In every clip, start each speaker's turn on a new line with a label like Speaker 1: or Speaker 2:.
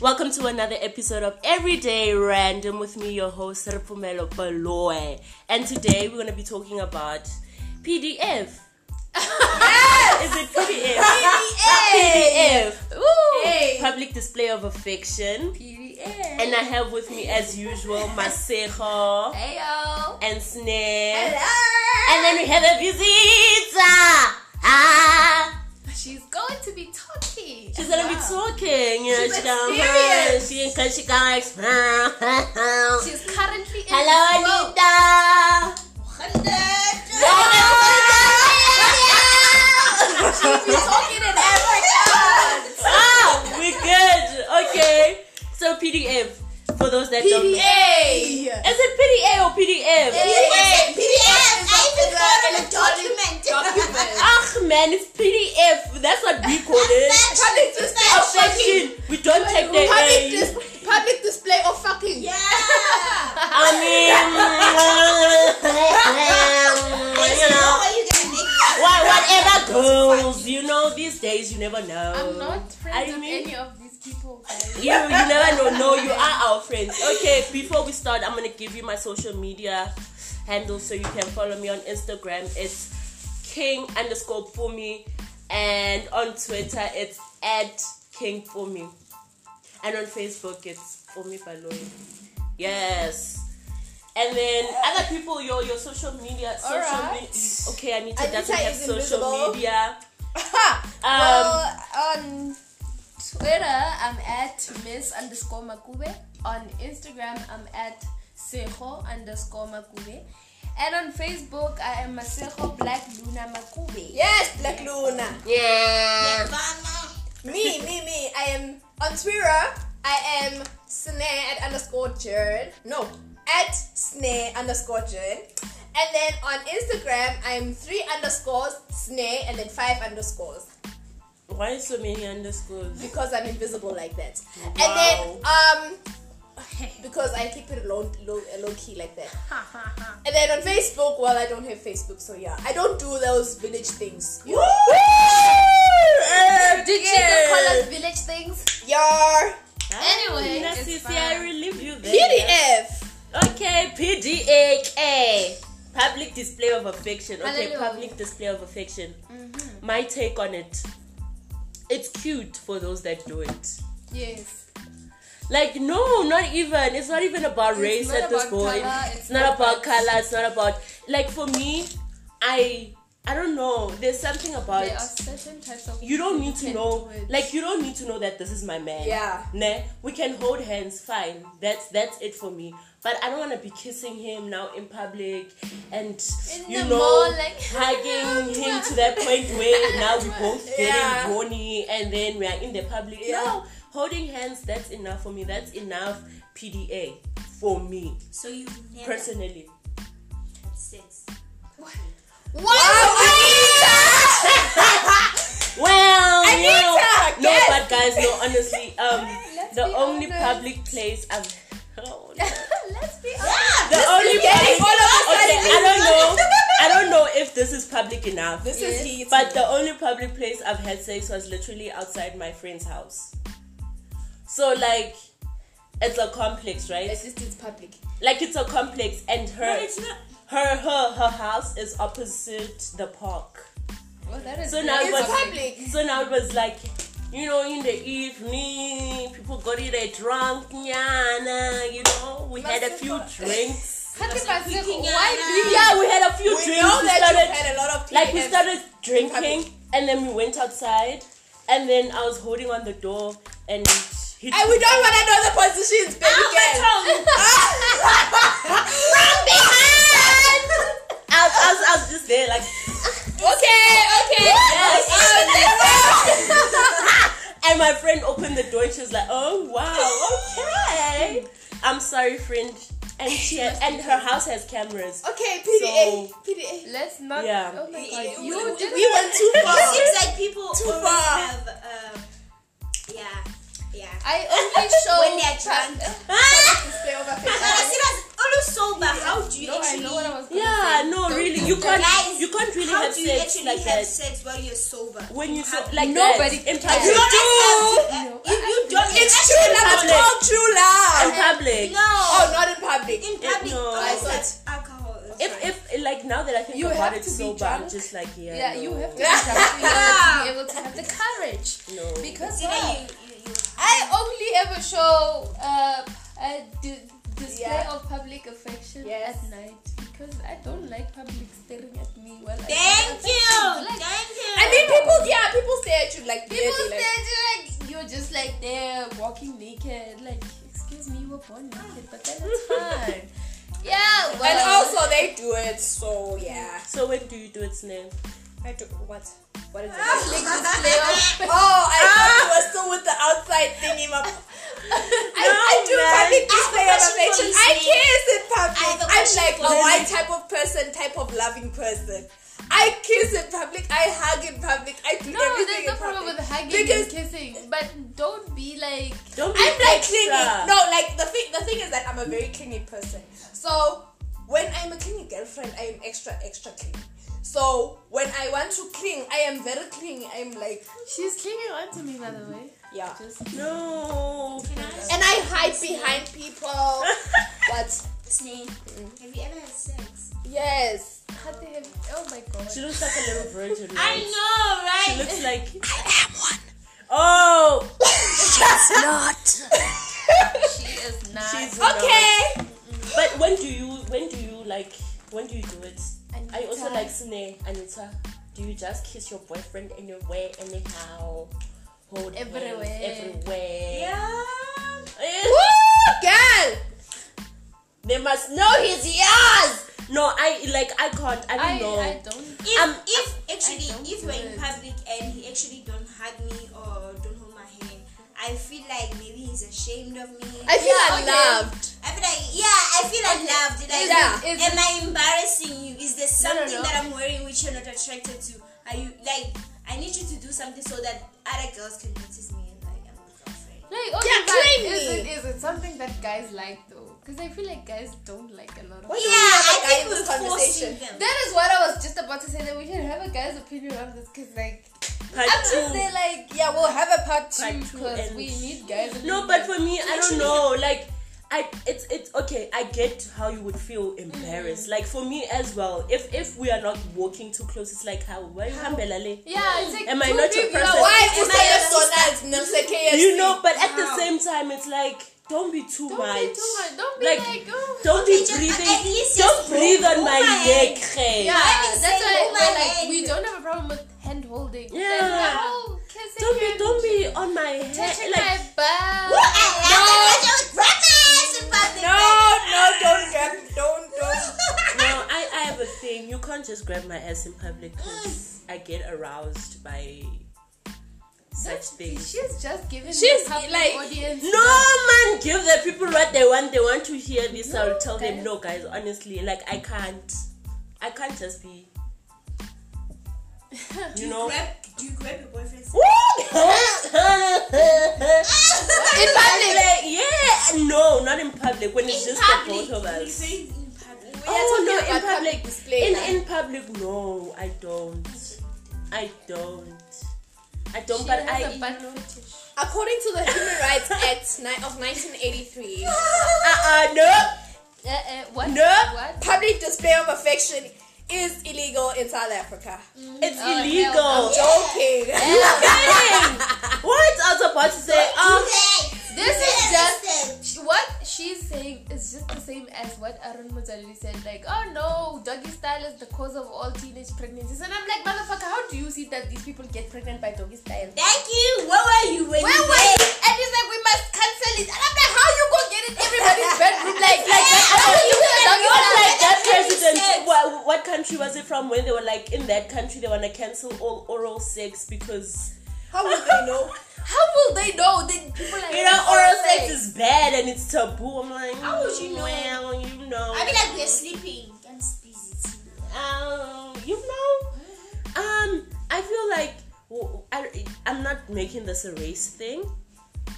Speaker 1: Welcome to another episode of Everyday Random with me, your host, Serpumelo Baloe. And today we're going to be talking about PDF. Is it PDF? PDF.
Speaker 2: Hey.
Speaker 1: Public display of affection.
Speaker 2: PDA.
Speaker 1: And I have with me, as usual, Masejo
Speaker 2: Ayo.
Speaker 1: and Snare.
Speaker 2: Hello.
Speaker 1: And then we have a visita. Ah.
Speaker 2: she's going to be talking.
Speaker 1: She's gonna be talking, you know,
Speaker 2: She's
Speaker 1: she
Speaker 2: like
Speaker 1: got her,
Speaker 2: serious.
Speaker 1: she ain't cause she got her.
Speaker 2: She's currently in
Speaker 1: Hello,
Speaker 2: this world.
Speaker 1: Anita.
Speaker 2: She'll be talking in Africa.
Speaker 1: Oh ah, we good. Okay. So PDF for those that don't. Know.
Speaker 2: PDA.
Speaker 1: Is it PDA or PDF? Ah man, it's PDF. That's what we call
Speaker 2: Ah,
Speaker 1: it. Affection. We don't take the A.
Speaker 2: Public display of fucking.
Speaker 1: I mean, you know, wha- whatever goes. You know, these days you never know.
Speaker 2: I'm not friends
Speaker 1: I
Speaker 2: with
Speaker 1: mean- um,
Speaker 2: any of these people. guys.
Speaker 1: You, you never know. No, you are our friends. Okay, before we start, I'm gonna give you my social media handle so you can follow me on Instagram. It's King underscore Pumi, and on Twitter it's at King Pumi, and on Facebook it's Pumi Baloyi. Yes. And then other people, your your social media, social
Speaker 3: Alright.
Speaker 1: media. Okay, Anita,
Speaker 3: Anita
Speaker 1: doesn't have
Speaker 3: is
Speaker 1: social
Speaker 3: invisible.
Speaker 1: media. Um,
Speaker 3: well, on
Speaker 2: Twitter, I'm at Miss underscore Makube. On Instagram, I'm at Sejo underscore Makube. And on Facebook, I am Masejo Black Luna Makube.
Speaker 3: yes, Black Luna.
Speaker 1: yeah.
Speaker 3: Me, me, me. I am on Twitter. I am snare at underscore Jared. No, at snare underscore Jared. And then on Instagram, I'm three underscores snare and then five underscores
Speaker 1: Why so many underscores?
Speaker 3: because I'm invisible like that. And then um, because I keep it low, low, low key like that. And then on Facebook, well, I don't have Facebook, so yeah, I don't do those village things. You know?
Speaker 2: Did you just call us village things?
Speaker 3: Your
Speaker 2: Anyway,
Speaker 1: that's
Speaker 2: it's
Speaker 1: it.
Speaker 2: fine.
Speaker 1: Yeah, I will leave you there.
Speaker 3: PDF.
Speaker 1: Okay, PDAK. Public display of affection. Okay,
Speaker 2: Hallelujah.
Speaker 1: public display of affection.
Speaker 2: Mm-hmm.
Speaker 1: My take on it. It's cute for those that do it.
Speaker 2: Yes.
Speaker 1: Like no, not even. It's not even about race
Speaker 2: not
Speaker 1: at this
Speaker 2: about
Speaker 1: point.
Speaker 2: color,
Speaker 1: It's,
Speaker 2: it's
Speaker 1: not,
Speaker 2: not
Speaker 1: about
Speaker 2: about-
Speaker 1: color. It's not about like for me, I I don't know. There's something about
Speaker 2: There are certain types of
Speaker 1: you don't need to
Speaker 2: can
Speaker 1: know
Speaker 2: do it.
Speaker 1: like you don't need to know that this is my man
Speaker 3: Yeah.
Speaker 1: nah we can hold hands fine that's that's it for me but i don't want to be kissing him now in public and
Speaker 2: In
Speaker 1: you
Speaker 2: the
Speaker 1: know
Speaker 2: mall, like,
Speaker 1: hugging him to that point where now we both getting
Speaker 3: Yeah.
Speaker 1: bony and then we are in the public
Speaker 3: Yeah.
Speaker 1: no holding hands that's enough for me that's enough pda for me
Speaker 4: So you never
Speaker 1: personally
Speaker 4: had sex.
Speaker 1: Well,
Speaker 3: Anita,
Speaker 1: no, no,
Speaker 3: yes.
Speaker 1: but guys, no, honestly, um,
Speaker 2: Let's
Speaker 1: the
Speaker 2: be
Speaker 1: only
Speaker 2: honest.
Speaker 1: public place I've. Oh, no.
Speaker 2: Let's be honest.
Speaker 1: The only
Speaker 3: getting
Speaker 1: public,
Speaker 3: all of us
Speaker 1: okay,
Speaker 3: like
Speaker 1: I
Speaker 3: this.
Speaker 1: don't know. I don't know if this is public enough.
Speaker 3: This is he.
Speaker 1: but the only public place I've had sex was literally outside my friend's house. So like, it's a complex, right?
Speaker 3: At least it's public.
Speaker 1: like it's a complex, and her,
Speaker 4: But it's not.
Speaker 1: her, her, her house is opposite the park.
Speaker 2: Well, that is
Speaker 1: So now
Speaker 3: It's
Speaker 1: it was
Speaker 3: public.
Speaker 1: So now it was like, you know, in the evening, people got it a drunk, nyana, you know, we had a few drinks.
Speaker 2: Happy Masejo,
Speaker 4: Cooking
Speaker 2: why
Speaker 4: Anna.
Speaker 1: Yeah, we had a few
Speaker 3: We
Speaker 1: drinks.
Speaker 3: know
Speaker 1: we
Speaker 3: that
Speaker 1: started,
Speaker 3: you had a lot of
Speaker 1: like we
Speaker 3: PDFs.
Speaker 1: started drinking, and then we went outside, and then I was holding on the door, and he.
Speaker 3: And we don't want to know the positions, baby girl.
Speaker 1: I was, I was, I was just there, like.
Speaker 3: Okay, okay.
Speaker 1: And my friend opened the door and she was like, Oh wow, okay. I'm sorry, friend. And she had, and her house has cameras.
Speaker 3: Okay, PDA. PDA.
Speaker 2: you? Let's not.
Speaker 1: Yeah.
Speaker 2: Oh my god.
Speaker 4: We-
Speaker 2: You
Speaker 4: we-
Speaker 2: did
Speaker 3: We went too far.
Speaker 4: It seems like people
Speaker 3: Too
Speaker 4: always
Speaker 3: far.
Speaker 4: have. Um, yeah, yeah.
Speaker 2: I only show
Speaker 4: When they're drunk.
Speaker 2: Display of
Speaker 4: But I Uh,
Speaker 2: affection.
Speaker 4: see that's always sober, how do you
Speaker 2: No, I
Speaker 4: actually
Speaker 2: know what I was gonna
Speaker 1: Yeah,
Speaker 2: say.
Speaker 1: no,
Speaker 2: Don't-
Speaker 1: really, you can't,
Speaker 4: Guys,
Speaker 1: you can't really
Speaker 4: how
Speaker 1: have
Speaker 4: do you
Speaker 1: sex
Speaker 4: actually
Speaker 1: like
Speaker 4: have
Speaker 1: that
Speaker 4: sex while you're sober?
Speaker 1: when you so
Speaker 4: have-
Speaker 1: like
Speaker 2: Nobody
Speaker 1: that. in
Speaker 2: cares.
Speaker 1: public.
Speaker 4: don't have
Speaker 2: No.
Speaker 4: to- if you don't
Speaker 3: It's true love. It's
Speaker 1: Public.
Speaker 3: called true
Speaker 1: In
Speaker 3: love.
Speaker 1: public.
Speaker 4: No.
Speaker 3: Oh, not in public.
Speaker 4: in public,
Speaker 1: no.
Speaker 4: don't
Speaker 3: I
Speaker 4: have
Speaker 3: thought-
Speaker 4: alcohol. is
Speaker 1: If
Speaker 4: fine.
Speaker 1: if like now that I think
Speaker 2: You have
Speaker 1: about it
Speaker 2: to be
Speaker 1: sober, I'm
Speaker 2: drunk.
Speaker 1: just like yeah.
Speaker 2: Yeah,
Speaker 1: no.
Speaker 2: you have to be drunk in order to be able to have the courage.
Speaker 1: No.
Speaker 2: Because
Speaker 4: you know,
Speaker 2: why?
Speaker 4: you, you, you
Speaker 2: I only ever show uh, a d- display
Speaker 3: Yeah.
Speaker 2: of public affection
Speaker 3: Yes.
Speaker 2: at night because I don't like public staring at me while I
Speaker 4: Thank
Speaker 2: show
Speaker 4: you.
Speaker 2: affection. Like,
Speaker 4: Thank you.
Speaker 3: I mean, people. Yeah, people stare at you like
Speaker 2: people
Speaker 3: weirdly, like,
Speaker 2: stand there like you're just like there walking naked. Like, excuse me, you were born naked, but then it's fine. yeah. Well,
Speaker 3: And also, they do it. So yeah.
Speaker 1: So when do you do it, Snail?
Speaker 3: I do what? What is it?
Speaker 2: public display of
Speaker 3: Ah! Oh, I thought you were still with the outside thingy. My... I, I do
Speaker 1: man.
Speaker 3: public
Speaker 4: I have
Speaker 3: display of
Speaker 4: a
Speaker 3: affection.
Speaker 4: question for you,
Speaker 3: I
Speaker 4: Snail.
Speaker 3: kiss in
Speaker 4: I
Speaker 3: public.
Speaker 4: have a
Speaker 3: I'm
Speaker 4: question
Speaker 3: like
Speaker 4: for
Speaker 3: a
Speaker 4: you.
Speaker 3: white type of person, type of loving person. I kiss in public. I hug in public. I do
Speaker 2: No, there's
Speaker 3: everything
Speaker 2: no
Speaker 3: in
Speaker 2: problem
Speaker 3: public.
Speaker 2: with hugging
Speaker 3: Because-
Speaker 2: and kissing, but don't be like.
Speaker 1: Don't be
Speaker 3: I'm like
Speaker 1: extra.
Speaker 3: clingy. No, like the thing. The thing is that I'm a very clingy person. So when I'm a clingy girlfriend, I am extra extra clingy. So when I want to cling, I am very clingy. I'm like
Speaker 2: She's clinging on to me, by the way.
Speaker 3: yeah,
Speaker 2: Just
Speaker 1: No.
Speaker 4: Can I ask
Speaker 3: and I hide behind people. but
Speaker 4: Snail, have you ever had sex?
Speaker 3: yes,
Speaker 2: how the hell? Oh my god.
Speaker 1: She looks like a little virgin.
Speaker 4: I
Speaker 1: Right?
Speaker 4: know, right?
Speaker 1: She looks like
Speaker 3: I am one.
Speaker 1: oh
Speaker 2: She is not.
Speaker 1: she's
Speaker 3: Okay.
Speaker 1: But when do you when do you like when do you do it? I also
Speaker 2: Anita.
Speaker 1: like Sine Anita. Do you just kiss your boyfriend anywhere, anyhow? Hold hands
Speaker 2: Everywhere.
Speaker 1: everywhere.
Speaker 4: yeah.
Speaker 1: Eh,
Speaker 3: Woo, girl.
Speaker 1: They must know he's yours. No, I like I can't. I don't
Speaker 2: I,
Speaker 1: know.
Speaker 2: I don't.
Speaker 4: If,
Speaker 1: Um,
Speaker 4: if actually,
Speaker 2: I don't
Speaker 4: if
Speaker 2: do
Speaker 4: we're in
Speaker 2: it.
Speaker 4: public and he actually don't hug me or don't hold my hand, I feel like maybe he's ashamed of me.
Speaker 3: I feel
Speaker 2: Yeah, okay.
Speaker 3: unloved.
Speaker 4: I feel like yeah, I feel unloved. Like,
Speaker 3: Yeah.
Speaker 2: Is-
Speaker 4: am I embarrassing you? Is there
Speaker 2: No, no,
Speaker 4: something
Speaker 2: no.
Speaker 4: that I'm wearing which you're not attracted to? Are you like? I need you to do something so that other girls can notice me and like I'm a girlfriend.
Speaker 2: Like, okay,
Speaker 3: Yeah,
Speaker 2: but
Speaker 3: claim
Speaker 2: is
Speaker 3: me.
Speaker 2: it is it something that guys like though? Because I feel like guys don't like a lot of.
Speaker 3: What?
Speaker 4: Yeah,
Speaker 3: do we have a
Speaker 4: I
Speaker 3: guy
Speaker 4: think
Speaker 3: in this
Speaker 4: we're forcing
Speaker 3: conversation?
Speaker 4: them.
Speaker 2: That is what I was just about to say. That we should have a guy's opinion on this, because like
Speaker 1: Part
Speaker 2: I'm
Speaker 1: two.
Speaker 2: just there like
Speaker 3: Yeah, we'll have a
Speaker 1: Part
Speaker 3: part two.
Speaker 1: two
Speaker 2: because
Speaker 1: and-
Speaker 2: we need guys.
Speaker 1: No, but for me, I don't know. Like, I it's it's okay. I get how you would feel embarrassed.
Speaker 2: Mm.
Speaker 1: Like for me as well. If if we are not walking too close, it's like how why you humble
Speaker 2: yeah, it's like
Speaker 1: Am I
Speaker 2: two
Speaker 1: not your
Speaker 2: people are
Speaker 1: person?
Speaker 2: watching.
Speaker 3: Why
Speaker 4: Am I a
Speaker 3: is so nice?
Speaker 1: You know, but at the
Speaker 4: Wow.
Speaker 1: same time, it's like don't be too
Speaker 2: Don't
Speaker 1: much.
Speaker 2: be too much. Don't be
Speaker 1: Like,
Speaker 2: like, oh.
Speaker 1: Don't be
Speaker 4: Okay, just-
Speaker 1: breathing.
Speaker 4: at least
Speaker 1: Don't
Speaker 4: just
Speaker 1: breathe on
Speaker 4: move
Speaker 1: my
Speaker 4: my
Speaker 1: neck.
Speaker 2: Yeah,
Speaker 1: hey.
Speaker 2: I mean, that's why
Speaker 4: say no
Speaker 2: we're
Speaker 4: one
Speaker 2: like we
Speaker 4: hand.
Speaker 2: don't have a problem with hand holding.
Speaker 1: Yeah.
Speaker 2: There's like, oh, kissing
Speaker 1: Don't be
Speaker 2: and
Speaker 1: don't be on my head.
Speaker 2: touching
Speaker 1: Like
Speaker 2: my butt.
Speaker 4: Well, I like no. in public.
Speaker 3: No, no, don't grab, don't, don't.
Speaker 1: no, I I have a thing. You can't just grab my ass in public because I get aroused by such
Speaker 2: That's-
Speaker 1: things.
Speaker 2: She's just giving
Speaker 3: She's
Speaker 2: the public
Speaker 3: like-
Speaker 2: audience.
Speaker 1: No man, give the people what they want. They want to hear this. I'll tell them
Speaker 2: guys.
Speaker 1: no, guys. Honestly, like I can't, I can't just be. You know.
Speaker 4: Grab, do you grab your boyfriend's?
Speaker 1: in
Speaker 2: public?
Speaker 1: yeah. No, not in public. When it's just the both of
Speaker 4: You're
Speaker 1: us.
Speaker 4: very in public.
Speaker 3: We are
Speaker 1: oh
Speaker 3: talking
Speaker 1: no,
Speaker 3: about
Speaker 1: in public.
Speaker 3: display
Speaker 1: In
Speaker 3: now.
Speaker 1: in public, no, I don't. I don't. I don't.
Speaker 2: She
Speaker 1: but
Speaker 2: has
Speaker 1: I.
Speaker 2: a butt fetish.
Speaker 3: According to the Human Rights Act ni- of 1983,
Speaker 1: Uh uh no.
Speaker 2: Uh, uh, what?
Speaker 1: No.
Speaker 2: What?
Speaker 3: public display of affection is illegal in South Africa.
Speaker 1: It's
Speaker 2: Oh,
Speaker 1: illegal.
Speaker 2: hell
Speaker 3: Joking.
Speaker 1: Kidding. What I was about to say. Um,
Speaker 2: This is just what she's saying is just the same as what Arun Muzalili said. Like, oh no, doggy style is the cause of all teenage pregnancies, and I'm like, motherfucker, how do you see that these people get pregnant by doggy style?
Speaker 4: Thank you. Where were you
Speaker 2: Where
Speaker 4: when you
Speaker 2: were
Speaker 4: were?
Speaker 2: you? And he's like, we must cancel it. And I'm like, how you go get it? Everybody's bedroom, like, like that. How you do a doggy
Speaker 1: Not
Speaker 2: style?
Speaker 1: like that
Speaker 4: That makes
Speaker 1: president.
Speaker 4: sense.
Speaker 1: What, what country was it from? When they were like in that country, they want to cancel all oral sex because
Speaker 3: How would they know?
Speaker 2: How will they know? Then people like
Speaker 1: you know oral sex is bad and it's taboo. I'm like,
Speaker 4: How would you know?
Speaker 1: Well, you know,
Speaker 4: I mean, like we're sleeping. Can't speak it.
Speaker 1: um, you know, um, I feel like w- I, am not making this a race thing.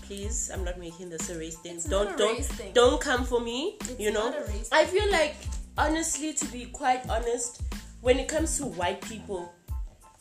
Speaker 1: please. I'm not making this a race thing.
Speaker 2: It's
Speaker 1: don't
Speaker 2: not a
Speaker 1: don't
Speaker 2: race thing.
Speaker 1: don't come for me. you know.
Speaker 2: not a race
Speaker 1: I feel like honestly, to be quite honest, when it comes to white people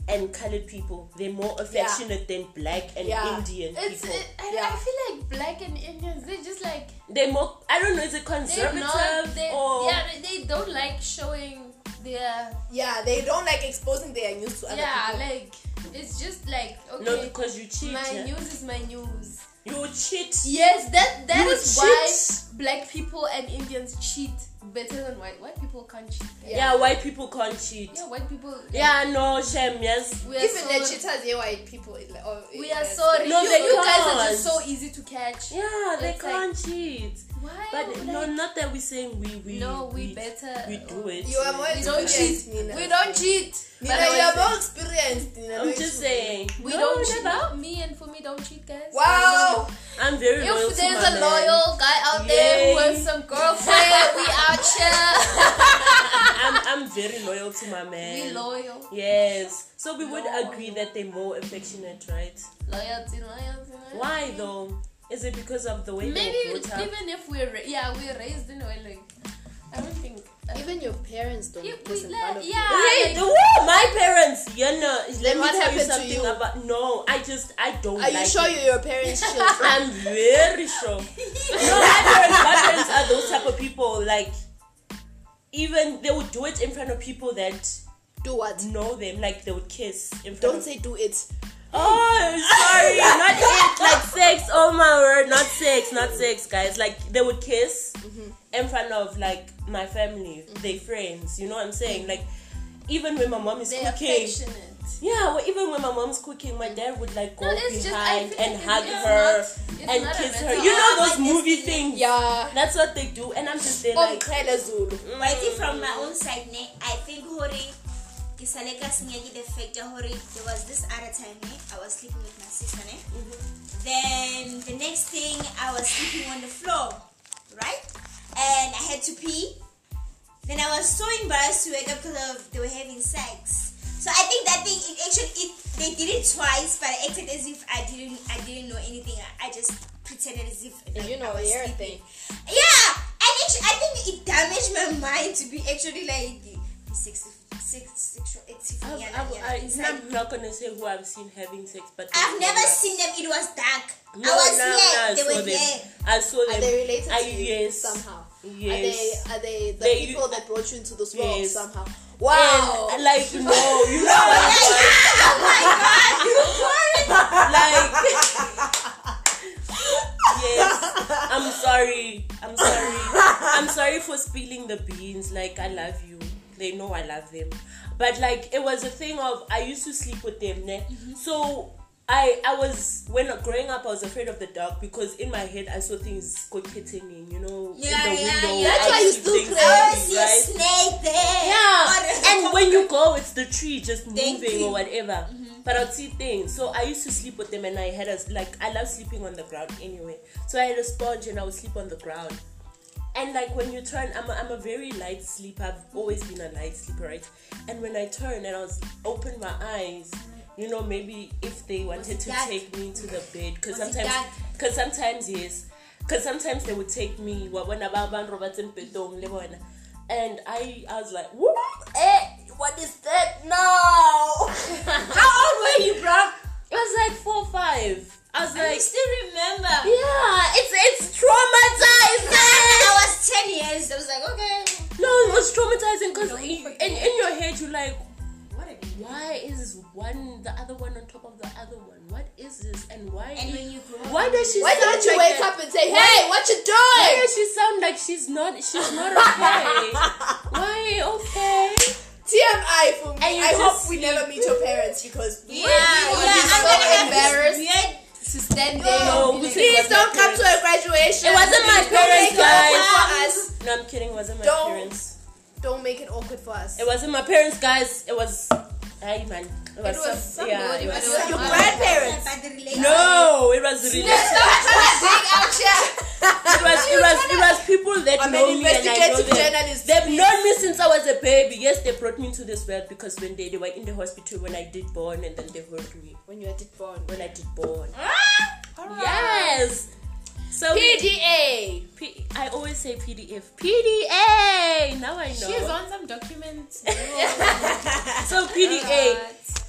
Speaker 1: and colored people, they're more affectionate than black and
Speaker 3: Yeah.
Speaker 1: Indian
Speaker 2: It's
Speaker 1: people.
Speaker 2: it, I,
Speaker 3: Yeah.
Speaker 2: I feel like black and Indians they're just like
Speaker 1: they're more. I don't know. Is it
Speaker 2: they're
Speaker 1: conservative
Speaker 2: not they
Speaker 1: or?
Speaker 2: yeah they- they don't like showing their
Speaker 3: Yeah, they don't like exposing their news to other
Speaker 2: yeah
Speaker 3: people.
Speaker 2: like it's just like
Speaker 1: No,
Speaker 2: okay
Speaker 1: because you cheat.
Speaker 2: my
Speaker 1: yeah.
Speaker 2: news is my news
Speaker 1: You cheat.
Speaker 2: yes that that
Speaker 1: You
Speaker 2: is why
Speaker 1: cheat.
Speaker 2: black people and Indians cheat better than white white people can't cheat
Speaker 1: Yeah. white people can't cheat.
Speaker 2: yeah white people
Speaker 1: Yeah, no, shame, yes.
Speaker 2: we are
Speaker 3: Even the
Speaker 2: so,
Speaker 3: cheaters, yeah, white people. is like, oh,
Speaker 2: we
Speaker 3: yeah,
Speaker 2: are
Speaker 3: it's
Speaker 2: sorry
Speaker 1: No,
Speaker 2: you,
Speaker 1: they
Speaker 2: you guys are
Speaker 1: can't.
Speaker 2: just so easy to catch
Speaker 1: Yeah, they
Speaker 2: It's like-
Speaker 1: can't cheat.
Speaker 2: why
Speaker 1: But
Speaker 2: like,
Speaker 1: no, not that we're saying we we
Speaker 2: no we better
Speaker 1: we do it.
Speaker 3: You are more
Speaker 2: we don't
Speaker 3: experienced,
Speaker 2: cheat
Speaker 3: Nina.
Speaker 2: we don't cheat
Speaker 3: Nina,
Speaker 2: But I
Speaker 3: you are
Speaker 2: was like-
Speaker 3: more experienced. Nina,
Speaker 1: I'm
Speaker 3: don't you?
Speaker 1: just saying.
Speaker 2: We
Speaker 1: No,
Speaker 2: don't cheat.
Speaker 1: never.
Speaker 2: No, me and Fumi don't cheat, guys.
Speaker 3: Wow.
Speaker 1: I'm very loyal
Speaker 2: If
Speaker 1: to
Speaker 2: there's
Speaker 1: my
Speaker 2: a
Speaker 1: man.
Speaker 2: loyal guy out there
Speaker 1: Yay.
Speaker 2: who wants some girlfriend, we out here.
Speaker 1: I'm I'm very loyal to my man.
Speaker 2: We loyal.
Speaker 1: Yes. So we would
Speaker 2: Loyal.
Speaker 1: agree that they're more affectionate, right?
Speaker 2: Loyalty, loyalty, loyalty.
Speaker 1: Why though? Is it because of the way
Speaker 2: Maybe
Speaker 1: they were brought up?
Speaker 2: even if we're ra- yeah we're raised in oil, like I don't think. Uh,
Speaker 3: Even your parents don't
Speaker 2: yeah, we
Speaker 3: listen to all
Speaker 2: let,
Speaker 3: of you.
Speaker 2: yeah.
Speaker 1: Hey,
Speaker 2: like-
Speaker 1: the- woo, my parents, you know, let me
Speaker 3: what
Speaker 1: tell you
Speaker 3: happened to
Speaker 1: something
Speaker 3: you?
Speaker 1: about. No, I just, I don't
Speaker 3: Are
Speaker 1: like
Speaker 3: you sure
Speaker 1: it.
Speaker 3: you're your parents' children?
Speaker 1: I'm very sure. No, my parents, my parents are those type of people. Like, even they would do it in front of people that
Speaker 3: Do what?
Speaker 1: know them. Like, they would kiss in front
Speaker 3: Don't
Speaker 1: of.
Speaker 3: say do it.
Speaker 1: Oh, sorry, not it. Like sex. Oh my word, not sex, not sex, guys. Like they would kiss
Speaker 3: Mm-hmm.
Speaker 1: in front of like my family, their friends. You know what I'm saying? Like, even when my mom is
Speaker 2: They're
Speaker 1: cooking.
Speaker 2: affectionate.
Speaker 1: Yeah, well, even when my mom's cooking, my dad would like go
Speaker 2: No, it's just I
Speaker 1: behind
Speaker 2: feel
Speaker 1: and
Speaker 2: like
Speaker 1: hug
Speaker 2: it's
Speaker 1: her
Speaker 2: not- it's
Speaker 1: and
Speaker 2: not a
Speaker 1: kiss her.
Speaker 2: mental-
Speaker 1: You know
Speaker 2: Oh,
Speaker 1: those movie things.
Speaker 3: Yeah. Oh,
Speaker 1: That's what they do, and I'm just there
Speaker 3: Like,
Speaker 1: like.
Speaker 3: Zulu.
Speaker 4: But I think from my own side, ne, I think hore ke sale ka senyege the fact ya hore there was this other time ne, I was sleeping with my sister ne.
Speaker 3: Mm-hmm.
Speaker 4: Then the next thing I was sleeping on the floor, right? And I had to pee. Then I was so embarrassed to wake up because of they were having sex. So I think that thing it actually it, they did it twice, but I acted as if I didn't I didn't know anything. I, I just pretended as if like,
Speaker 3: You know
Speaker 4: I was
Speaker 3: your
Speaker 4: sleeping.
Speaker 3: thing.
Speaker 4: Yeah, and it, I think it damaged my mind to be actually like sex, sex, sexual active.
Speaker 1: I've,
Speaker 4: yeah,
Speaker 1: I've,
Speaker 4: yeah,
Speaker 1: I,
Speaker 4: inside.
Speaker 1: am not gonna say who I've seen having sex, but
Speaker 4: I've never seen them. It was dark.
Speaker 1: No,
Speaker 4: I was
Speaker 1: no, no, I
Speaker 4: here. they
Speaker 1: saw
Speaker 4: were
Speaker 1: them.
Speaker 4: there.
Speaker 1: I saw them.
Speaker 3: Are they related
Speaker 1: I,
Speaker 3: to you
Speaker 1: yes,
Speaker 3: somehow?
Speaker 1: Yes.
Speaker 3: Are they are they the
Speaker 1: They-
Speaker 3: people that brought you into this world
Speaker 1: Yes.
Speaker 3: somehow? Wow.
Speaker 1: And, like no, you know what? like yes i'm sorry i'm sorry i'm sorry for spilling the beans like i love you they know i love them but like it was a thing of i used to sleep with them ne? so I, I was when growing up I was afraid of the dark because in my head I saw things coquetting you know
Speaker 4: Yeah,
Speaker 1: in the
Speaker 4: yeah,
Speaker 1: window
Speaker 4: yeah. That's
Speaker 1: I
Speaker 3: why you
Speaker 1: see
Speaker 3: still
Speaker 1: things
Speaker 3: cry.
Speaker 4: I
Speaker 1: happening,
Speaker 4: was a
Speaker 1: right?
Speaker 4: snake there.
Speaker 1: Yeah,
Speaker 4: Or-
Speaker 1: and when you go, it's the tree just
Speaker 4: Thank
Speaker 1: moving
Speaker 4: you. Mm-hmm.
Speaker 1: or whatever. But I'd see things. So I used to sleep with them, and I had a like I love sleeping on the ground anyway. So I had a sponge, and I would sleep on the ground. And like when you turn, I'm a, I'm a very light sleeper. I've always been a light sleeper, right? And when I turned and I was open my eyes, you know, maybe if they wanted
Speaker 4: it
Speaker 1: to
Speaker 4: dark?
Speaker 1: take me to the bed, because
Speaker 4: Was it
Speaker 1: sometimes,
Speaker 4: dark?
Speaker 1: because sometimes yes, because sometimes they would take me. wa bona ba- ba nrobatse mpetong um, le bona. And I, I was like, what? Eh, what is that? No. How old were you, bro? I was like four, five. I was
Speaker 4: I
Speaker 1: like,
Speaker 4: still remember.
Speaker 1: yeah, it's it's traumatizing.
Speaker 4: I was ten years. I was like, okay.
Speaker 1: No, it was traumatizing because
Speaker 4: No,
Speaker 1: in,
Speaker 4: for
Speaker 1: in, in your head you're like,
Speaker 4: What a
Speaker 1: why is one the other one on top of the other one? What is this? And why?
Speaker 4: And
Speaker 1: is-
Speaker 4: when you grow
Speaker 1: why does she?
Speaker 3: Why
Speaker 1: sound
Speaker 3: don't you
Speaker 1: like
Speaker 3: wake
Speaker 1: that?
Speaker 3: up and say, hey, what you
Speaker 1: Why
Speaker 3: doing?
Speaker 1: does she sound like she's not? She's not okay. why? Okay.
Speaker 3: TMI for me.
Speaker 1: And you
Speaker 3: I
Speaker 1: just
Speaker 3: hope we
Speaker 1: sleep.
Speaker 3: never meet your parents because we
Speaker 4: Yeah,
Speaker 3: would be
Speaker 4: yeah.
Speaker 3: so
Speaker 4: I'm gonna have
Speaker 3: embarrassed.
Speaker 4: this weird
Speaker 2: To stand there.
Speaker 1: No, we
Speaker 2: and be like,
Speaker 1: sleep-
Speaker 3: Please don't come to a graduation.
Speaker 1: It wasn't my parents,
Speaker 3: Please Don't make it awkward
Speaker 1: guys.
Speaker 3: for us.
Speaker 1: No, I'm kidding. It wasn't my
Speaker 3: Don't.
Speaker 1: parents.
Speaker 3: Don't make it awkward for us.
Speaker 1: It wasn't my parents, guys. It was. Hey man. It was,
Speaker 3: was
Speaker 1: some- Yeah,
Speaker 2: somebody,
Speaker 1: it
Speaker 2: but
Speaker 1: was
Speaker 2: it was
Speaker 1: some-
Speaker 3: Your
Speaker 2: my-
Speaker 3: grandparents.
Speaker 4: But the relationship.
Speaker 1: no, it was really.
Speaker 3: Let's
Speaker 1: It
Speaker 3: not try to dig out here.
Speaker 1: was it was it was people that
Speaker 3: I'm
Speaker 1: know me
Speaker 3: an
Speaker 1: and I know
Speaker 3: investigative
Speaker 1: them.
Speaker 3: journalist.
Speaker 1: They've known me since I was a baby. Yes, they brought me into this world because when they, they were in the hospital when I did born and then they hurt me
Speaker 3: When you are born.
Speaker 1: when I did born.
Speaker 2: Ah.
Speaker 4: Alright.
Speaker 1: Yes. So we-
Speaker 2: PDA.
Speaker 1: P- I always say PDF. PDA. Now I know.
Speaker 2: She's on some documents.
Speaker 1: so PDA.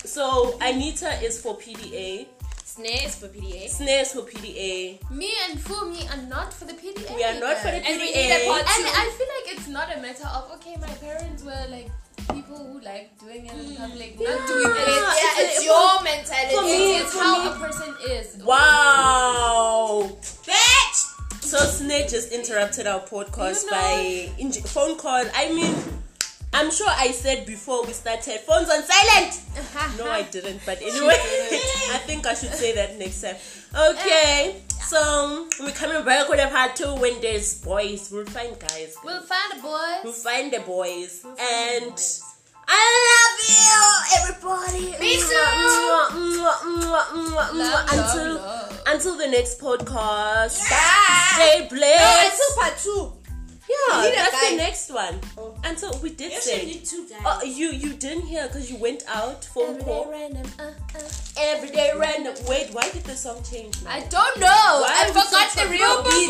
Speaker 1: So Anita is for PDA.
Speaker 2: Snares for PDA.
Speaker 1: Snare is for PDA.
Speaker 2: Me and Fumi are not for the PDA.
Speaker 1: We are not for the
Speaker 2: either.
Speaker 1: PDA.
Speaker 4: And we need a part
Speaker 2: And
Speaker 4: two.
Speaker 2: I feel like it's not a matter of okay, my parents were like people who like doing it in public, not doing it.
Speaker 1: Yeah,
Speaker 3: Yeah,
Speaker 1: it's-
Speaker 3: it's your
Speaker 1: for me-
Speaker 3: mentality.
Speaker 2: It's
Speaker 1: for
Speaker 2: how
Speaker 1: me-
Speaker 2: a person is.
Speaker 1: Wow.
Speaker 4: Bitch!
Speaker 1: So Snare just interrupted our podcast
Speaker 2: You know-
Speaker 1: by inj- phone call. I mean, I'm sure I said before we started, phones on silent. No, I didn't. But anyway, I think I should say that next time.
Speaker 2: Uh,
Speaker 1: Okay. So we're coming back with a part two when there's boys. We'll find guys.
Speaker 2: We'll find a
Speaker 1: We'll
Speaker 2: boy.
Speaker 1: find the boys.
Speaker 2: find the
Speaker 1: and
Speaker 2: boys.
Speaker 1: I love you, everybody.
Speaker 3: Me too.
Speaker 1: Mwah, mwah, mwah, mwah, mwah,
Speaker 2: Love,
Speaker 1: mwah. Until
Speaker 2: love, love.
Speaker 1: until the next podcast.
Speaker 3: Bye.
Speaker 1: Stay
Speaker 3: No,
Speaker 1: blessed.
Speaker 3: until part two.
Speaker 1: Yeah,
Speaker 3: We need a
Speaker 1: that's the
Speaker 3: guy.
Speaker 1: next one. And so we did
Speaker 4: You should
Speaker 1: say.
Speaker 4: need two guys.
Speaker 1: Oh, you you didn't hear because you went out phone
Speaker 2: Every day
Speaker 1: call
Speaker 2: random, uh, uh.
Speaker 1: every day random. Wait, why did the song change? now?
Speaker 2: I don't know.
Speaker 1: Why
Speaker 2: I
Speaker 1: are we
Speaker 2: forgot
Speaker 1: so
Speaker 2: the real
Speaker 1: troubled?